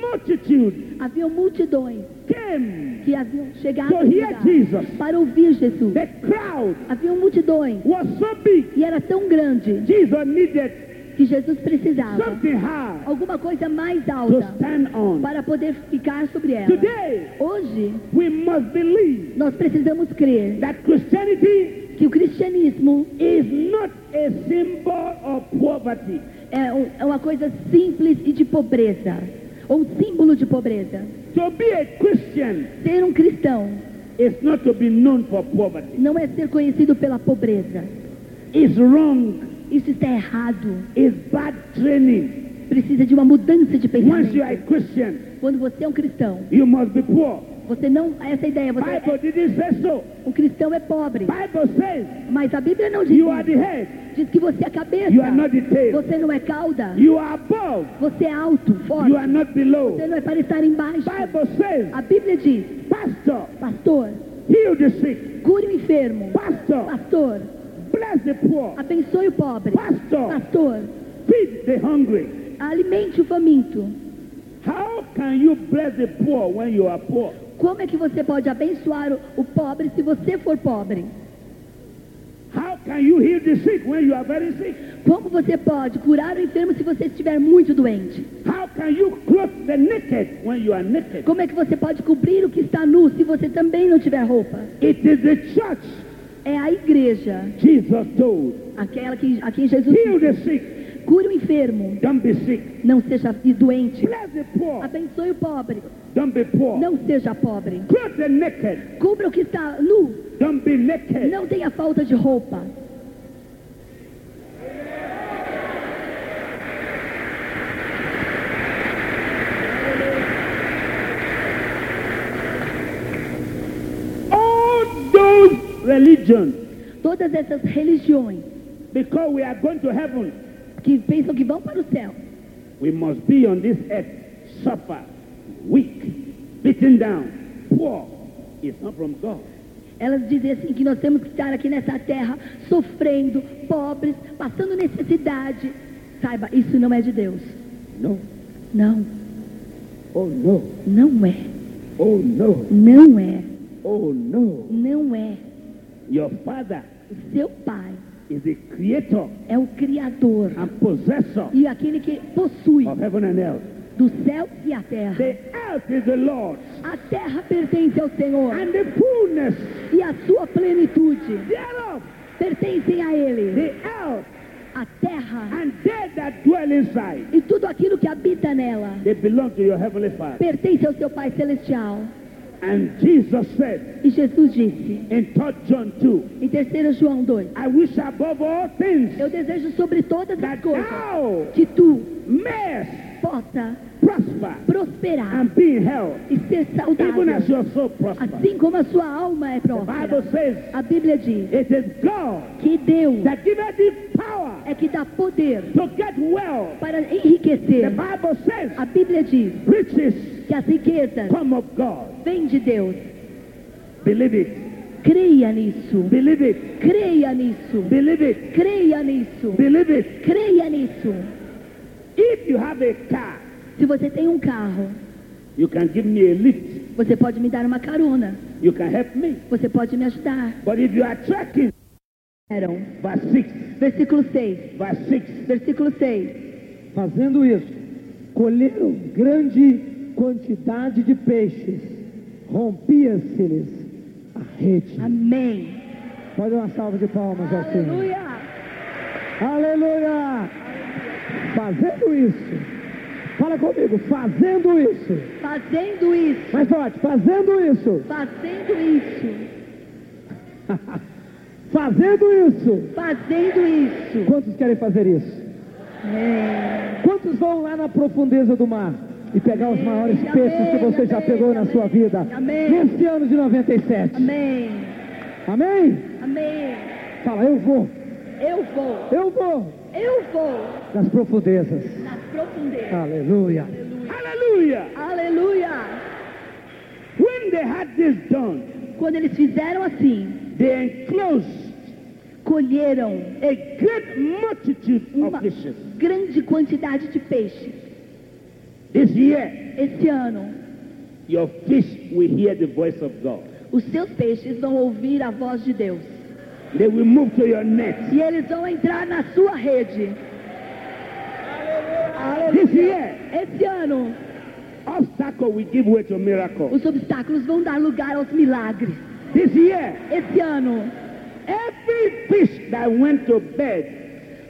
[SPEAKER 2] Multitude
[SPEAKER 3] Havia multidões
[SPEAKER 2] came
[SPEAKER 3] que haviam chegado
[SPEAKER 2] to
[SPEAKER 3] ao
[SPEAKER 2] hear
[SPEAKER 3] lugar
[SPEAKER 2] Jesus.
[SPEAKER 3] para ouvir Jesus.
[SPEAKER 2] The crowd
[SPEAKER 3] Havia multidões
[SPEAKER 2] was so big,
[SPEAKER 3] e era tão grande
[SPEAKER 2] Jesus needed
[SPEAKER 3] que Jesus precisava
[SPEAKER 2] something high
[SPEAKER 3] alguma coisa mais
[SPEAKER 2] to
[SPEAKER 3] alta
[SPEAKER 2] stand on.
[SPEAKER 3] para poder ficar sobre ela.
[SPEAKER 2] Today,
[SPEAKER 3] Hoje,
[SPEAKER 2] we must believe
[SPEAKER 3] nós precisamos crer
[SPEAKER 2] that Christianity
[SPEAKER 3] que o cristianismo
[SPEAKER 2] is not a symbol of poverty.
[SPEAKER 3] é um- é uma coisa simples e de pobreza, ou um símbolo de pobreza.
[SPEAKER 2] To be a Christian
[SPEAKER 3] Ser um cristão
[SPEAKER 2] is not to be known for poverty.
[SPEAKER 3] não é ser conhecido pela pobreza.
[SPEAKER 2] It's wrong.
[SPEAKER 3] Isso está errado.
[SPEAKER 2] It's bad training.
[SPEAKER 3] Precisa de uma mudança de
[SPEAKER 2] Once you are a
[SPEAKER 3] pensamento.
[SPEAKER 2] Christian,
[SPEAKER 3] Quando você é um cristão,
[SPEAKER 2] you must be poor.
[SPEAKER 3] você não. Essa ideia, você
[SPEAKER 2] Bible
[SPEAKER 3] é,
[SPEAKER 2] didn't say so.
[SPEAKER 3] um cristão é pobre.
[SPEAKER 2] Bible says
[SPEAKER 3] Mas a Bíblia não diz.
[SPEAKER 2] you are the
[SPEAKER 3] isso.
[SPEAKER 2] head,
[SPEAKER 3] Diz que você é cabeça.
[SPEAKER 2] you are not the tail.
[SPEAKER 3] Você não é cauda.
[SPEAKER 2] You are above,
[SPEAKER 3] Você é alto, forte.
[SPEAKER 2] you are not below.
[SPEAKER 3] Você não é para estar embaixo.
[SPEAKER 2] Bible says,
[SPEAKER 3] A Bíblia diz:
[SPEAKER 2] Pastor,
[SPEAKER 3] Pastor,
[SPEAKER 2] heal the sick.
[SPEAKER 3] cure o enfermo.
[SPEAKER 2] Pastor,
[SPEAKER 3] Pastor,
[SPEAKER 2] bless the poor.
[SPEAKER 3] abençoe o pobre.
[SPEAKER 2] Pastor,
[SPEAKER 3] Pastor,
[SPEAKER 2] feed the hungry.
[SPEAKER 3] alimente o faminto.
[SPEAKER 2] How can you bless the poor when you are poor?
[SPEAKER 3] Como é que você pode abençoar o- o pobre se você for pobre?
[SPEAKER 2] How can you heal the sick when you are very sick?
[SPEAKER 3] Como você pode curar o enfermo se você estiver muito doente?
[SPEAKER 2] How can you clothe the naked when you are naked?
[SPEAKER 3] Como é que você pode cobrir o que está nu se você também não tiver roupa?
[SPEAKER 2] It is the church
[SPEAKER 3] É a igreja,
[SPEAKER 2] Jesus told.
[SPEAKER 3] aquela que, a quem Jesus
[SPEAKER 2] Heal the
[SPEAKER 3] disse,
[SPEAKER 2] sick,
[SPEAKER 3] cure o enfermo,
[SPEAKER 2] don't be sick.
[SPEAKER 3] não seja doente.
[SPEAKER 2] Bless the poor,
[SPEAKER 3] Abençoe o pobre,
[SPEAKER 2] don't be poor.
[SPEAKER 3] não seja pobre.
[SPEAKER 2] Clothe the naked,
[SPEAKER 3] Cubra o que está nu,
[SPEAKER 2] don't be naked.
[SPEAKER 3] não tenha falta de roupa.
[SPEAKER 2] all those religions
[SPEAKER 3] Todas essas religiões
[SPEAKER 2] because we are going to heaven
[SPEAKER 3] que pensam que vão para o céu,
[SPEAKER 2] we must be on this earth suffer weak beaten down poor it's not from god
[SPEAKER 3] elas dizem assim que nós temos que estar aqui nessa terra sofrendo, pobres, passando necessidade. Saiba, isso não é de Deus.
[SPEAKER 2] no
[SPEAKER 3] Não,
[SPEAKER 2] oh no
[SPEAKER 3] não é.
[SPEAKER 2] oh no
[SPEAKER 3] Não é.
[SPEAKER 2] oh no
[SPEAKER 3] Não é.
[SPEAKER 2] your father
[SPEAKER 3] O seu pai
[SPEAKER 2] is the creator
[SPEAKER 3] é o Criador
[SPEAKER 2] and possessor
[SPEAKER 3] e aquele que possui
[SPEAKER 2] of heaven and earth
[SPEAKER 3] do céu e a terra.
[SPEAKER 2] the earth is the lord's
[SPEAKER 3] A terra pertence ao Senhor
[SPEAKER 2] and the fullness
[SPEAKER 3] e a sua plenitude
[SPEAKER 2] thereof
[SPEAKER 3] pertencem a Ele.
[SPEAKER 2] the earth
[SPEAKER 3] A terra
[SPEAKER 2] and they that dwell inside
[SPEAKER 3] e tudo aquilo que habita nela
[SPEAKER 2] they belong to your heavenly father
[SPEAKER 3] pertence ao seu Pai Celestial.
[SPEAKER 2] and jesus said
[SPEAKER 3] E Jesus disse
[SPEAKER 2] in 3 john 2
[SPEAKER 3] em 3 João 2:
[SPEAKER 2] I wish above all things
[SPEAKER 3] Eu desejo sobre todas as
[SPEAKER 2] that
[SPEAKER 3] coisas
[SPEAKER 2] thou
[SPEAKER 3] que tu
[SPEAKER 2] mayest
[SPEAKER 3] possa
[SPEAKER 2] prosper
[SPEAKER 3] prosperar
[SPEAKER 2] and be in health,
[SPEAKER 3] e ser
[SPEAKER 2] even as
[SPEAKER 3] saudável,
[SPEAKER 2] your soul prospers.
[SPEAKER 3] assim como a sua alma é
[SPEAKER 2] The Bible
[SPEAKER 3] próspera.
[SPEAKER 2] says
[SPEAKER 3] A Bíblia diz
[SPEAKER 2] it is God
[SPEAKER 3] que Deus
[SPEAKER 2] that giveth thee power
[SPEAKER 3] é que dá poder
[SPEAKER 2] to get well.
[SPEAKER 3] para
[SPEAKER 2] The
[SPEAKER 3] enriquecer.
[SPEAKER 2] Bible says
[SPEAKER 3] A Bíblia diz
[SPEAKER 2] riches
[SPEAKER 3] que as riquezas
[SPEAKER 2] come of God.
[SPEAKER 3] vêm de Deus.
[SPEAKER 2] Believe it.
[SPEAKER 3] Creia nisso.
[SPEAKER 2] Believe it.
[SPEAKER 3] Creia nisso.
[SPEAKER 2] Believe it.
[SPEAKER 3] Creia nisso.
[SPEAKER 2] Believe it.
[SPEAKER 3] Creia nisso.
[SPEAKER 2] If you have a car,
[SPEAKER 3] Se você tem um carro,
[SPEAKER 2] you can give me a lift.
[SPEAKER 3] você pode me dar uma carona.
[SPEAKER 2] You can help me.
[SPEAKER 3] Você pode me ajudar.
[SPEAKER 2] But if you are tracking,
[SPEAKER 3] Eram.
[SPEAKER 2] verse 6,
[SPEAKER 3] Versículo 6.
[SPEAKER 2] verse 6,
[SPEAKER 3] Versículo 6.
[SPEAKER 4] Fazendo isso, colheram grande quantidade de peixes, rompia-se-lhes a rede.
[SPEAKER 3] Amém.
[SPEAKER 4] assim. Pode dar uma salva de palmas ao Senhor.
[SPEAKER 3] Aleluia.
[SPEAKER 4] Aleluia! Fazendo isso. Fala comigo, fazendo isso.
[SPEAKER 3] Fazendo isso.
[SPEAKER 4] Mais forte, fazendo isso.
[SPEAKER 3] Fazendo isso.
[SPEAKER 4] Fazendo isso.
[SPEAKER 3] Fazendo isso.
[SPEAKER 4] Quantos querem fazer isso?
[SPEAKER 3] É.
[SPEAKER 4] Quantos vão lá na profundeza do mar e pegar os maiores
[SPEAKER 3] Amém,
[SPEAKER 4] peixes que você já
[SPEAKER 3] amém,
[SPEAKER 4] pegou na
[SPEAKER 3] amém,
[SPEAKER 4] sua vida?
[SPEAKER 3] amém.
[SPEAKER 4] Nesse ano de 97.
[SPEAKER 3] Amém.
[SPEAKER 4] Amém?
[SPEAKER 3] Amém.
[SPEAKER 4] Fala, eu vou.
[SPEAKER 3] Eu vou.
[SPEAKER 4] Eu vou.
[SPEAKER 3] Eu vou.
[SPEAKER 4] Nas profundezas.
[SPEAKER 3] Nas profundezas.
[SPEAKER 4] Aleluia.
[SPEAKER 2] Hallelujah.
[SPEAKER 3] Aleluia.
[SPEAKER 2] When they had this done,
[SPEAKER 3] Quando eles fizeram assim,
[SPEAKER 2] they enclosed
[SPEAKER 3] colheram
[SPEAKER 2] a great multitude
[SPEAKER 3] uma
[SPEAKER 2] of fishes.
[SPEAKER 3] grande quantidade de peixes.
[SPEAKER 2] This year,
[SPEAKER 3] Esse ano,
[SPEAKER 2] your fish will hear the voice of God.
[SPEAKER 3] os seus peixes vão ouvir a voz de Deus.
[SPEAKER 2] They will move to your net.
[SPEAKER 3] E eles vão entrar na sua rede.
[SPEAKER 2] This year,
[SPEAKER 3] Esse ano,
[SPEAKER 2] obstacle will give way to miracle.
[SPEAKER 3] os obstáculos vão dar lugar aos milagres.
[SPEAKER 2] This year,
[SPEAKER 3] Esse ano,
[SPEAKER 2] every fish that went to bed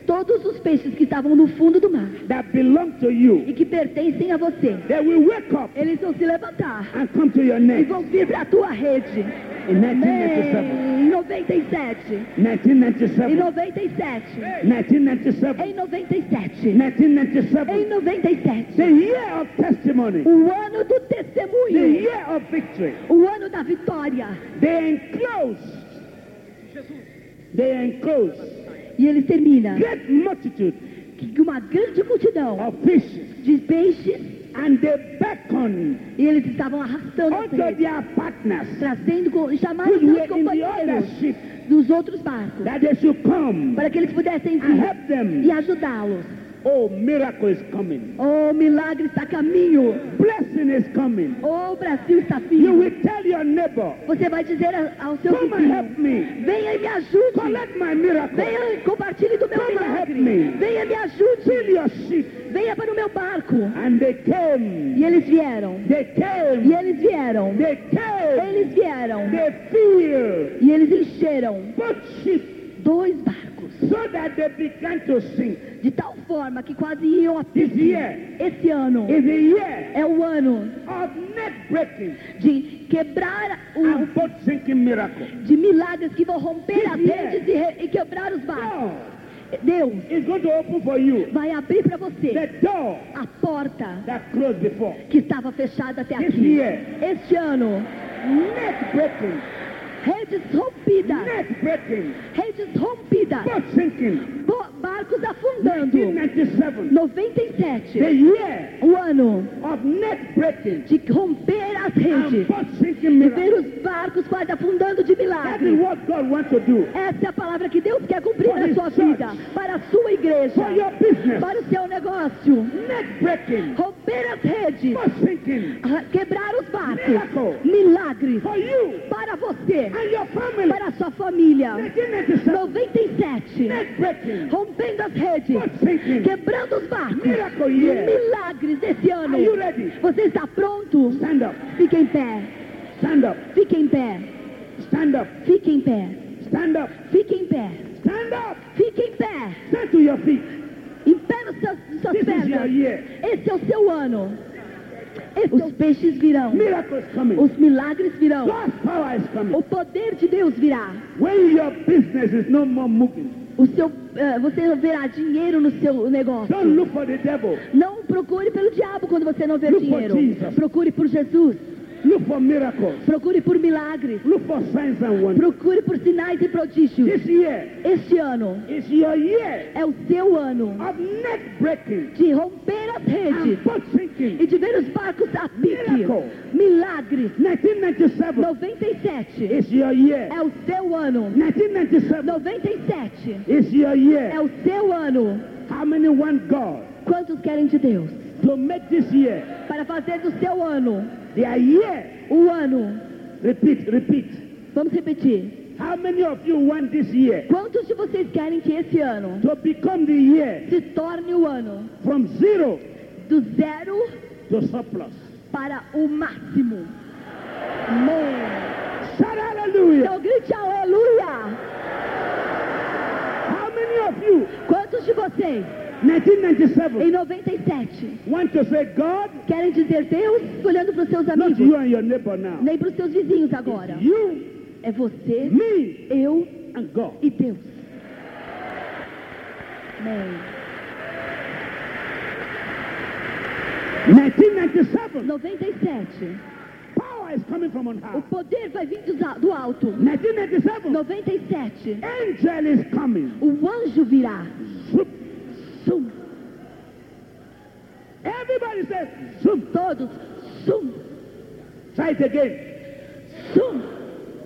[SPEAKER 3] todos os peixes que estavam no fundo do mar
[SPEAKER 2] that belonged to you,
[SPEAKER 3] e que pertencem a você,
[SPEAKER 2] they will wake up
[SPEAKER 3] eles vão se levantar
[SPEAKER 2] and come to your
[SPEAKER 3] e
[SPEAKER 2] net.
[SPEAKER 3] vão vir para a tua rede.
[SPEAKER 2] In
[SPEAKER 3] Amém.
[SPEAKER 2] 1997,
[SPEAKER 3] Em 97, em
[SPEAKER 2] 1997,
[SPEAKER 3] 97, em
[SPEAKER 2] 1997,
[SPEAKER 3] 97,
[SPEAKER 2] 1997,
[SPEAKER 3] em 97.
[SPEAKER 2] the year of testimony,
[SPEAKER 3] O ano do
[SPEAKER 2] the
[SPEAKER 3] testemunho,
[SPEAKER 2] year of victory.
[SPEAKER 3] o ano da vitória.
[SPEAKER 2] They enclosed. They enclosed
[SPEAKER 3] E ele termina
[SPEAKER 2] great multitude
[SPEAKER 3] que uma grande multidão
[SPEAKER 2] of fishes,
[SPEAKER 3] de peixes
[SPEAKER 2] and they beckoned
[SPEAKER 3] e eles estavam arrastando as
[SPEAKER 2] unto
[SPEAKER 3] redes,
[SPEAKER 2] their partners
[SPEAKER 3] trazendo, com- chamando
[SPEAKER 2] who
[SPEAKER 3] seus
[SPEAKER 2] were in the
[SPEAKER 3] companheiros
[SPEAKER 2] other ship
[SPEAKER 3] dos outros barcos
[SPEAKER 2] that they should come
[SPEAKER 3] para que eles pudessem
[SPEAKER 2] and
[SPEAKER 3] vir
[SPEAKER 2] help
[SPEAKER 3] Uhum. e
[SPEAKER 2] them.
[SPEAKER 3] ajudá-los.
[SPEAKER 2] Oh, miracle is coming.
[SPEAKER 3] Oh, milagre está a caminho.
[SPEAKER 2] Blessing is coming.
[SPEAKER 3] Oh, o Brasil está
[SPEAKER 2] You
[SPEAKER 3] firme.
[SPEAKER 2] will tell your neighbor,
[SPEAKER 3] Você vai dizer a- ao seu
[SPEAKER 2] come and help
[SPEAKER 3] vizinho,
[SPEAKER 2] me.
[SPEAKER 3] venha e me ajude.
[SPEAKER 2] Collect my miracle.
[SPEAKER 3] Venha e compartilhe do meu
[SPEAKER 2] Come and help
[SPEAKER 3] milagre.
[SPEAKER 2] me.
[SPEAKER 3] Venha e me ajude.
[SPEAKER 2] Fill your ship.
[SPEAKER 3] Venha para o meu barco.
[SPEAKER 2] And they came.
[SPEAKER 3] E eles vieram.
[SPEAKER 2] They
[SPEAKER 3] E
[SPEAKER 2] came.
[SPEAKER 3] eles vieram.
[SPEAKER 2] They came.
[SPEAKER 3] Eles vieram.
[SPEAKER 2] They filled
[SPEAKER 3] E eles encheram
[SPEAKER 2] both ships
[SPEAKER 3] dois barcos.
[SPEAKER 2] so that they began to sink.
[SPEAKER 3] De tal forma que quase iam a
[SPEAKER 2] This
[SPEAKER 3] pique.
[SPEAKER 2] year
[SPEAKER 3] Esse ano
[SPEAKER 2] is a year
[SPEAKER 3] é o ano
[SPEAKER 2] of net breaking
[SPEAKER 3] de quebrar o
[SPEAKER 2] and boat sinking miracle.
[SPEAKER 3] de milagres que vão romper as
[SPEAKER 2] Sim, é.
[SPEAKER 3] redes e, re- e quebrar os barcos.
[SPEAKER 2] God
[SPEAKER 3] Deus
[SPEAKER 2] is going to open for you
[SPEAKER 3] vai abrir para você
[SPEAKER 2] the door
[SPEAKER 3] a porta
[SPEAKER 2] that closed before.
[SPEAKER 3] que estava fechada até
[SPEAKER 2] Sim,
[SPEAKER 3] aqui.
[SPEAKER 2] sim, é.
[SPEAKER 3] Este ano,
[SPEAKER 2] Net breaking.
[SPEAKER 3] redes rompidas,
[SPEAKER 2] Net breaking.
[SPEAKER 3] redes rompidas,
[SPEAKER 2] Boat sinking.
[SPEAKER 3] bo- barcos afundando.
[SPEAKER 2] 1997.
[SPEAKER 3] 97,
[SPEAKER 2] The year
[SPEAKER 3] o ano
[SPEAKER 2] of net breaking
[SPEAKER 3] de romper as
[SPEAKER 2] and
[SPEAKER 3] redes,
[SPEAKER 2] boat sinking
[SPEAKER 3] de ver
[SPEAKER 2] miracle.
[SPEAKER 3] os barcos quase afundando de
[SPEAKER 2] That is
[SPEAKER 3] milagres.
[SPEAKER 2] what God wants to do
[SPEAKER 3] Essa é a palavra que Deus quer cumprir
[SPEAKER 2] For
[SPEAKER 3] na
[SPEAKER 2] his
[SPEAKER 3] sua
[SPEAKER 2] church.
[SPEAKER 3] vida, para a sua igreja,
[SPEAKER 2] for your business.
[SPEAKER 3] para o seu negócio.
[SPEAKER 2] Net breaking.
[SPEAKER 3] romper as redes,
[SPEAKER 2] Boat sinking
[SPEAKER 3] ra- quebrar os
[SPEAKER 2] Miracle.
[SPEAKER 3] barcos, milagres
[SPEAKER 2] for you
[SPEAKER 3] para você,
[SPEAKER 2] and your family.
[SPEAKER 3] para a sua família.
[SPEAKER 2] 1997.
[SPEAKER 3] 97,
[SPEAKER 2] Net breaking.
[SPEAKER 3] rompendo as redes,
[SPEAKER 2] Boat sinking.
[SPEAKER 3] quebrando os barcos,
[SPEAKER 2] Miracle year.
[SPEAKER 3] milagres desse ano.
[SPEAKER 2] Are you ready?
[SPEAKER 3] Você está pronto?
[SPEAKER 2] Stand up.
[SPEAKER 3] Fique em pé,
[SPEAKER 2] Stand up.
[SPEAKER 3] fique em pé,
[SPEAKER 2] Stand up.
[SPEAKER 3] fique em pé,
[SPEAKER 2] Stand up.
[SPEAKER 3] fique em pé,
[SPEAKER 2] Stand up.
[SPEAKER 3] fique em pé,
[SPEAKER 2] Stand to your feet.
[SPEAKER 3] em pé nos seus, nas suas
[SPEAKER 2] This is your
[SPEAKER 3] pernas.
[SPEAKER 2] year.
[SPEAKER 3] Esse é o seu ano. Esse os peixes virão,
[SPEAKER 2] Miracle is coming.
[SPEAKER 3] os milagres virão.
[SPEAKER 2] God's power is coming.
[SPEAKER 3] O poder de Deus virá.
[SPEAKER 2] When your business is no more moving,
[SPEAKER 3] O seu, eh, você verá dinheiro no seu negócio.
[SPEAKER 2] don't look for the devil.
[SPEAKER 3] Não procure pelo diabo quando você não vê
[SPEAKER 2] Look for
[SPEAKER 3] dinheiro.
[SPEAKER 2] Jesus.
[SPEAKER 3] Procure por Jesus.
[SPEAKER 2] Look for miracles.
[SPEAKER 3] Procure por milagres.
[SPEAKER 2] Look for signs and wonders.
[SPEAKER 3] Procure por sinais e prodígios.
[SPEAKER 2] This year
[SPEAKER 3] Este ano
[SPEAKER 2] is your year
[SPEAKER 3] é o seu ano
[SPEAKER 2] of net breaking
[SPEAKER 3] de romper as redes
[SPEAKER 2] and boat sinking.
[SPEAKER 3] e de ver os barcos a
[SPEAKER 2] Miracle.
[SPEAKER 3] pique. Milagres.
[SPEAKER 2] 1997
[SPEAKER 3] 97
[SPEAKER 2] is your year.
[SPEAKER 3] é o seu ano.
[SPEAKER 2] 1997
[SPEAKER 3] 97
[SPEAKER 2] is your
[SPEAKER 3] é
[SPEAKER 2] year.
[SPEAKER 3] o seu ano.
[SPEAKER 2] How many want God
[SPEAKER 3] Quantos querem de Deus?
[SPEAKER 2] to make this year
[SPEAKER 3] Para fazer do seu ano
[SPEAKER 2] their year?
[SPEAKER 3] o ano
[SPEAKER 2] Repeat, repeat.
[SPEAKER 3] Vamos repetir.
[SPEAKER 2] How many of you want this year
[SPEAKER 3] Quantos de vocês querem que esse ano
[SPEAKER 2] to become the year
[SPEAKER 3] se torne o ano
[SPEAKER 2] from zero
[SPEAKER 3] do zero
[SPEAKER 2] to surplus?
[SPEAKER 3] para o máximo? Amém.
[SPEAKER 2] Shout hallelujah!
[SPEAKER 3] Então grite aleluia.
[SPEAKER 2] How many of you
[SPEAKER 3] Quantos vocês,
[SPEAKER 2] 1997.
[SPEAKER 3] em 97,
[SPEAKER 2] Want to say God?
[SPEAKER 3] querem dizer Deus olhando para os seus
[SPEAKER 2] Not
[SPEAKER 3] amigos,
[SPEAKER 2] you and your neighbor now.
[SPEAKER 3] nem para os seus vizinhos agora.
[SPEAKER 2] You,
[SPEAKER 3] É você,
[SPEAKER 2] me,
[SPEAKER 3] eu
[SPEAKER 2] and God.
[SPEAKER 3] e Deus. Amém.
[SPEAKER 2] 1997.
[SPEAKER 3] 97.
[SPEAKER 2] Power is coming from on
[SPEAKER 3] O
[SPEAKER 2] high.
[SPEAKER 3] poder vai vir dos a- do alto.
[SPEAKER 2] 1997.
[SPEAKER 3] 97.
[SPEAKER 2] Angel is coming.
[SPEAKER 3] O anjo virá.
[SPEAKER 2] Zoop.
[SPEAKER 3] Sum.
[SPEAKER 2] Everybody says, zoom.
[SPEAKER 3] Todos. Sum.
[SPEAKER 2] Try it again.
[SPEAKER 3] Sum.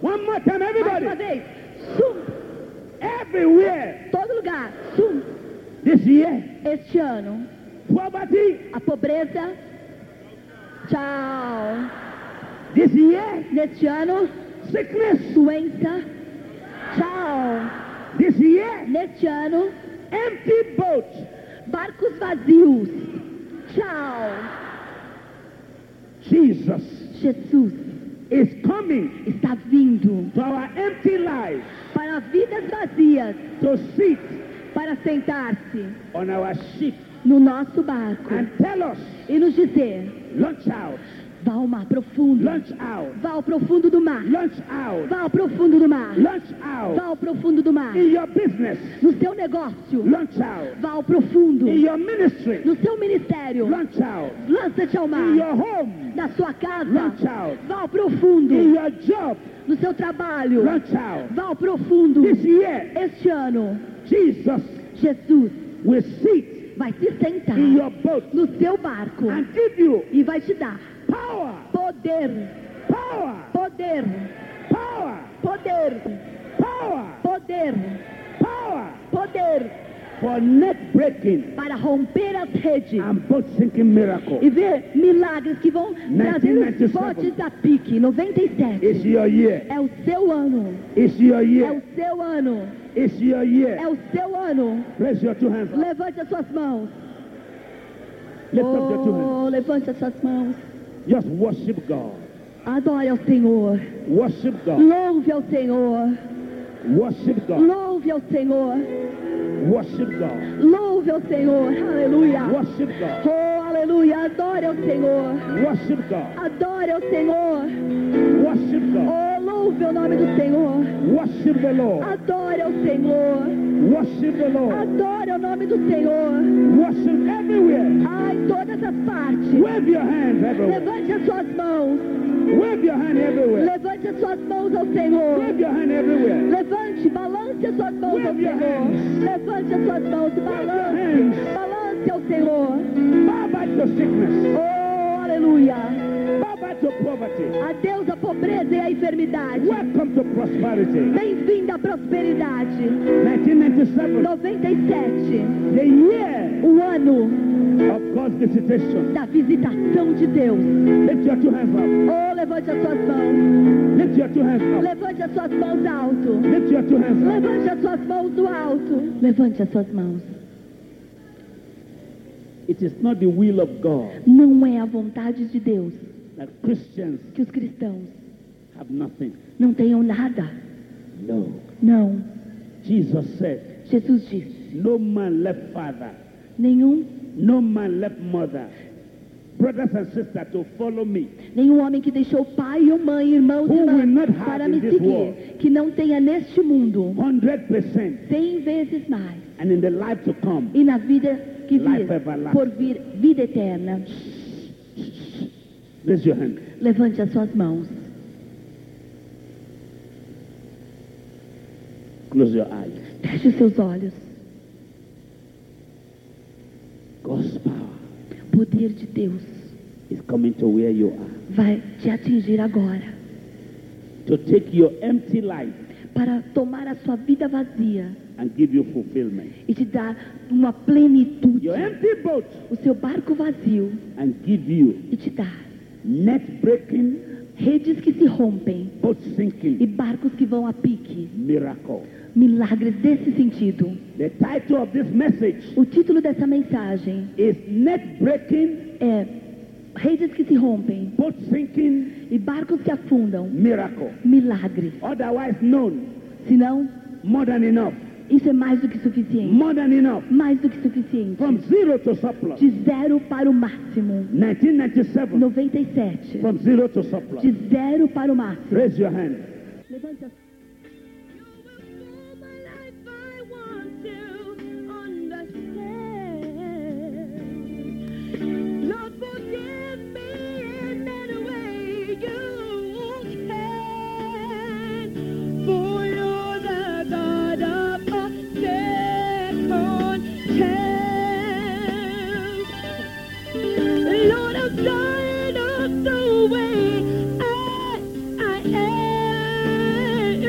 [SPEAKER 2] One more time,
[SPEAKER 3] Mais uma
[SPEAKER 2] everybody.
[SPEAKER 3] vez. Sum.
[SPEAKER 2] Everywhere.
[SPEAKER 3] Todo lugar. Sum.
[SPEAKER 2] This year,
[SPEAKER 3] Este ano,
[SPEAKER 2] poverty.
[SPEAKER 3] a pobreza. Tchau.
[SPEAKER 2] This year,
[SPEAKER 3] Neste ano,
[SPEAKER 2] sickness.
[SPEAKER 3] doença. Tchau.
[SPEAKER 2] This year,
[SPEAKER 3] Neste ano,
[SPEAKER 2] empty boat.
[SPEAKER 3] barcos vazios. Tchau.
[SPEAKER 2] Jesus
[SPEAKER 3] Jesus
[SPEAKER 2] is coming
[SPEAKER 3] está vindo
[SPEAKER 2] to our empty lives
[SPEAKER 3] para vidas vazias,
[SPEAKER 2] to sit
[SPEAKER 3] para sentar-se
[SPEAKER 2] on our ship
[SPEAKER 3] no nosso barco
[SPEAKER 2] and tell us,
[SPEAKER 3] e nos dizer:
[SPEAKER 2] launch out,
[SPEAKER 3] vá ao mar profundo,
[SPEAKER 2] launch out,
[SPEAKER 3] vá ao profundo do mar,
[SPEAKER 2] launch out,
[SPEAKER 3] vá ao profundo do mar,
[SPEAKER 2] launch
[SPEAKER 3] vá
[SPEAKER 2] out.
[SPEAKER 3] ao profundo do mar,
[SPEAKER 2] In your business,
[SPEAKER 3] no seu negócio,
[SPEAKER 2] launch out.
[SPEAKER 3] vá ao profundo,
[SPEAKER 2] In your ministry,
[SPEAKER 3] no seu ministério,
[SPEAKER 2] launch out.
[SPEAKER 3] lança-te ao
[SPEAKER 2] In
[SPEAKER 3] mar,
[SPEAKER 2] your home,
[SPEAKER 3] na sua casa,
[SPEAKER 2] launch out.
[SPEAKER 3] vá ao profundo,
[SPEAKER 2] In your job,
[SPEAKER 3] no seu trabalho,
[SPEAKER 2] launch out.
[SPEAKER 3] vá ao profundo.
[SPEAKER 2] This year,
[SPEAKER 3] Este ano,
[SPEAKER 2] Jesus
[SPEAKER 3] Jesus
[SPEAKER 2] will sit
[SPEAKER 3] vai se sentar
[SPEAKER 2] in your boat
[SPEAKER 3] no seu barco
[SPEAKER 2] and give you
[SPEAKER 3] e vai te dar
[SPEAKER 2] power,
[SPEAKER 3] poder,
[SPEAKER 2] power,
[SPEAKER 3] poder,
[SPEAKER 2] power,
[SPEAKER 3] poder,
[SPEAKER 2] power,
[SPEAKER 3] poder,
[SPEAKER 2] power.
[SPEAKER 3] poder
[SPEAKER 2] for net breaking
[SPEAKER 3] para romper as redes
[SPEAKER 2] and boat sinking miracle.
[SPEAKER 3] e ver milagres que vão trazer os
[SPEAKER 2] 1997.
[SPEAKER 3] botes a pique. 97
[SPEAKER 2] It's your year.
[SPEAKER 3] é o seu ano,
[SPEAKER 2] It's your
[SPEAKER 3] é o
[SPEAKER 2] year.
[SPEAKER 3] seu ano,
[SPEAKER 2] It's your year.
[SPEAKER 3] é o seu ano.
[SPEAKER 2] Raise your two hands. up.
[SPEAKER 3] Levante as suas mãos.
[SPEAKER 2] Lift up your two hands.
[SPEAKER 3] Oh, levante as suas mãos.
[SPEAKER 2] Just worship God.
[SPEAKER 3] Adore ao Senhor.
[SPEAKER 2] Worship God.
[SPEAKER 3] Louve ao Senhor.
[SPEAKER 2] Worship God.
[SPEAKER 3] Louve ao Senhor.
[SPEAKER 2] Worship God.
[SPEAKER 3] Louve ao Senhor. Aleluia.
[SPEAKER 2] Worship God.
[SPEAKER 3] Oh, aleluia. Adore ao Senhor.
[SPEAKER 2] Worship God.
[SPEAKER 3] Adore ao Senhor.
[SPEAKER 2] Worship God.
[SPEAKER 3] Oh, louve o nome do Senhor.
[SPEAKER 2] Worship the Lord.
[SPEAKER 3] Adore ao Senhor.
[SPEAKER 2] Worship the Lord.
[SPEAKER 3] Adore o nome do Senhor.
[SPEAKER 2] Worship everywhere.
[SPEAKER 3] Ai, todas as partes.
[SPEAKER 2] Wave your hands everywhere.
[SPEAKER 3] Levante as suas mãos.
[SPEAKER 2] Wave your hand everywhere.
[SPEAKER 3] Levante as suas mãos ao Senhor.
[SPEAKER 2] Wave your hand everywhere.
[SPEAKER 3] Levante, balance as suas mãos ao
[SPEAKER 2] Wave your
[SPEAKER 3] Senhor.
[SPEAKER 2] hands.
[SPEAKER 3] Levante as suas mãos e
[SPEAKER 2] Wave your
[SPEAKER 3] balance.
[SPEAKER 2] hands.
[SPEAKER 3] Balance ao Senhor.
[SPEAKER 2] Bow back to sickness.
[SPEAKER 3] Oh, aleluia.
[SPEAKER 2] Bow back to poverty.
[SPEAKER 3] Adeus à pobreza e à enfermidade.
[SPEAKER 2] Welcome to prosperity.
[SPEAKER 3] Bem-vindo à prosperidade.
[SPEAKER 2] 1997,
[SPEAKER 3] 97.
[SPEAKER 2] the year
[SPEAKER 3] O ano
[SPEAKER 2] of God's visitation.
[SPEAKER 3] da visitação de Deus.
[SPEAKER 2] Lift your two hands
[SPEAKER 3] Oh, levante as suas mãos.
[SPEAKER 2] up. Lift your two hands up.
[SPEAKER 3] Levante as suas mãos alto.
[SPEAKER 2] Lift your two hands up.
[SPEAKER 3] Levante as suas mãos do alto. Levante as suas mãos.
[SPEAKER 2] It is not the will of God
[SPEAKER 3] Não é a vontade de Deus
[SPEAKER 2] that Christians
[SPEAKER 3] que os cristãos
[SPEAKER 2] have nothing.
[SPEAKER 3] não tenham nada.
[SPEAKER 2] No.
[SPEAKER 3] Não.
[SPEAKER 2] Jesus said,
[SPEAKER 3] Jesus disse:
[SPEAKER 2] No man left father,
[SPEAKER 3] nenhum,
[SPEAKER 2] no man left mother, brothers and sisters to follow me.
[SPEAKER 3] nenhum homem que deixou pai ou mãe, irmãos
[SPEAKER 2] Who
[SPEAKER 3] e
[SPEAKER 2] will not
[SPEAKER 3] irmãs
[SPEAKER 2] have
[SPEAKER 3] para
[SPEAKER 2] in
[SPEAKER 3] me
[SPEAKER 2] this
[SPEAKER 3] seguir,
[SPEAKER 2] world?
[SPEAKER 3] que não tenha neste mundo
[SPEAKER 2] 100%.
[SPEAKER 3] cem vezes mais.
[SPEAKER 2] And in the life to come,
[SPEAKER 3] e na vida que vir,
[SPEAKER 2] Life everlasting.
[SPEAKER 3] por vir vida eterna.
[SPEAKER 2] raise your hand.
[SPEAKER 3] Levante as suas mãos,
[SPEAKER 2] Close your eyes.
[SPEAKER 3] feche os seus olhos.
[SPEAKER 2] God's power
[SPEAKER 3] O poder de Deus
[SPEAKER 2] is coming to where you are.
[SPEAKER 3] vai te atingir agora
[SPEAKER 2] To take your empty life
[SPEAKER 3] para tomar a sua vida vazia
[SPEAKER 2] and give you fulfillment.
[SPEAKER 3] e te dar uma plenitude.
[SPEAKER 2] Your empty boat
[SPEAKER 3] O seu barco vazio
[SPEAKER 2] and give you
[SPEAKER 3] e te dar
[SPEAKER 2] net breaking,
[SPEAKER 3] redes que se rompem
[SPEAKER 2] boat
[SPEAKER 3] e
[SPEAKER 2] sinking
[SPEAKER 3] barcos que vão a pique.
[SPEAKER 2] miracle.
[SPEAKER 3] Milagres desse sentido.
[SPEAKER 2] The title of this message
[SPEAKER 3] O título dessa mensagem
[SPEAKER 2] is Net Breaking,
[SPEAKER 3] é Redes que se rompem
[SPEAKER 2] Boat Sinking
[SPEAKER 3] e barcos que afundam.
[SPEAKER 2] Miracle.
[SPEAKER 3] Milagres.
[SPEAKER 2] Otherwise known
[SPEAKER 3] Senão,
[SPEAKER 2] more than enough
[SPEAKER 3] Isso é mais do que suficiente.
[SPEAKER 2] more than enough.
[SPEAKER 3] Mais do que suficiente.
[SPEAKER 2] From zero to surplus.
[SPEAKER 3] De zero para o máximo.
[SPEAKER 2] 1997.
[SPEAKER 3] 97.
[SPEAKER 2] From zero to surplus.
[SPEAKER 3] De zero para o máximo.
[SPEAKER 2] Raise your hand.
[SPEAKER 3] Levante a
[SPEAKER 5] You will rule my life. I want to understand. Lord, forgive me in any way you can. For you're the God of a second chance. Lord, I'm tired of the way I, I am.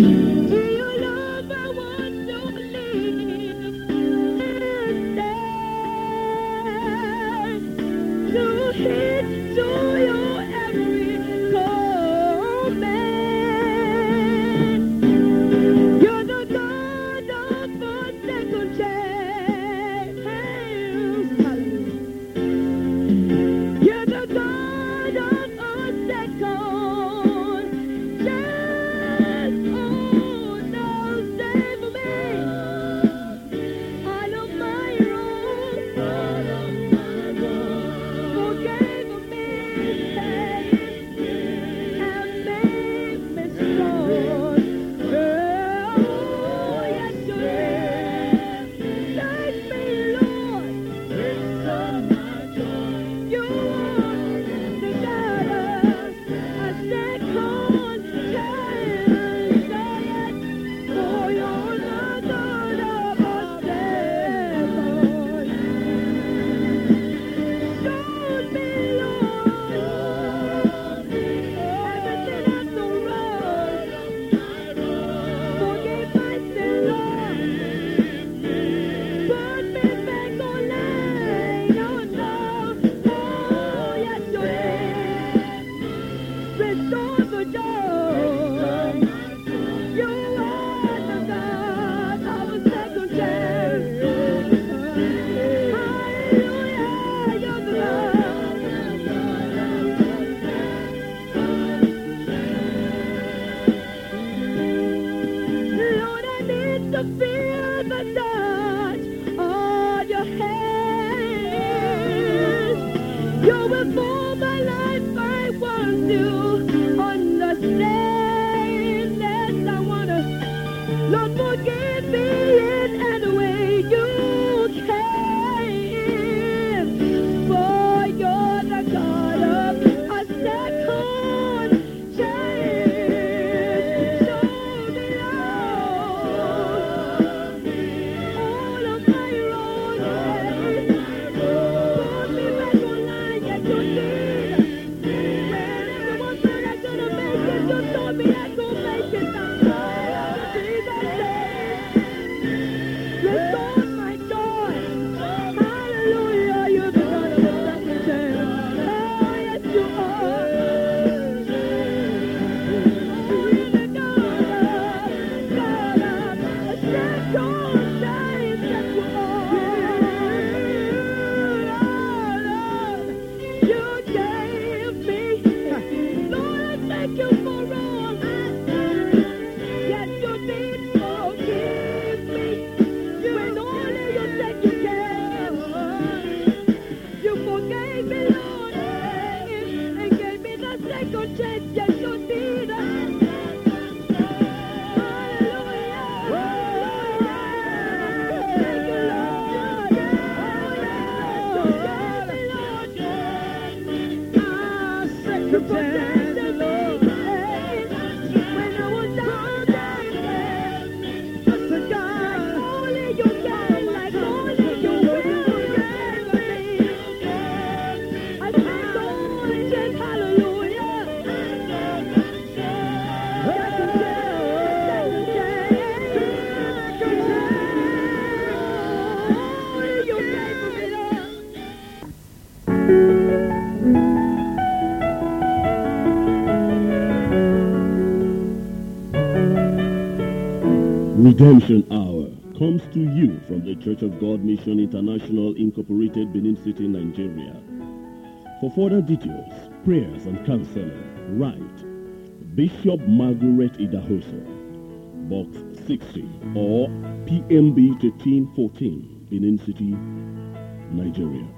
[SPEAKER 5] In your love, I want to live and to hit to your every command. You're the God of a second chance. You're the God of a second chance. Oh, now save me out of my own Forgive me and make me strong. Oh, yes, you will. Save me, Lord. You are the God of a second chance. For you're the God of a second Show me, Lord, everything I've done wrong. Forgive my sins, Lord. Put me back online. Oh no, oh yes, you will. Restore the joy. You are the God of a second chance. Hallelujah, you're the God. Lord, I need to feel the touch on your hand. You will for my life, I want to understand that I wanna. Lord, forgive me in any way you can. For you're the God of a second chance. Show me all of my wrongs. Put me back online, yes you did. When everyone said I couldn't make it, you told me I could make it. I'm tired of being Restore my joy. Hallelujah, you're the God of a second chance. Oh, yes, you are. You're the God, God of a second chance. Yes, you are. You gave me, Lord, I thank you for all. Yes, you did forgive me. When only you said you can. You forgave me, Lord, and gave me the second chance. Yes, you did. Hallelujah. Thank you, Lord. Oh, yes, you gave me, Lord. Ah, second chance, Lord. When I was down there,
[SPEAKER 6] Redemption Hour comes to you from the Church of God Mission International, Incorporated, Benin City, Nigeria. For further details, prayers, and counseling, write Bishop Margaret Idahoso, Box 60 or PMB 1314, Benin City, Nigeria.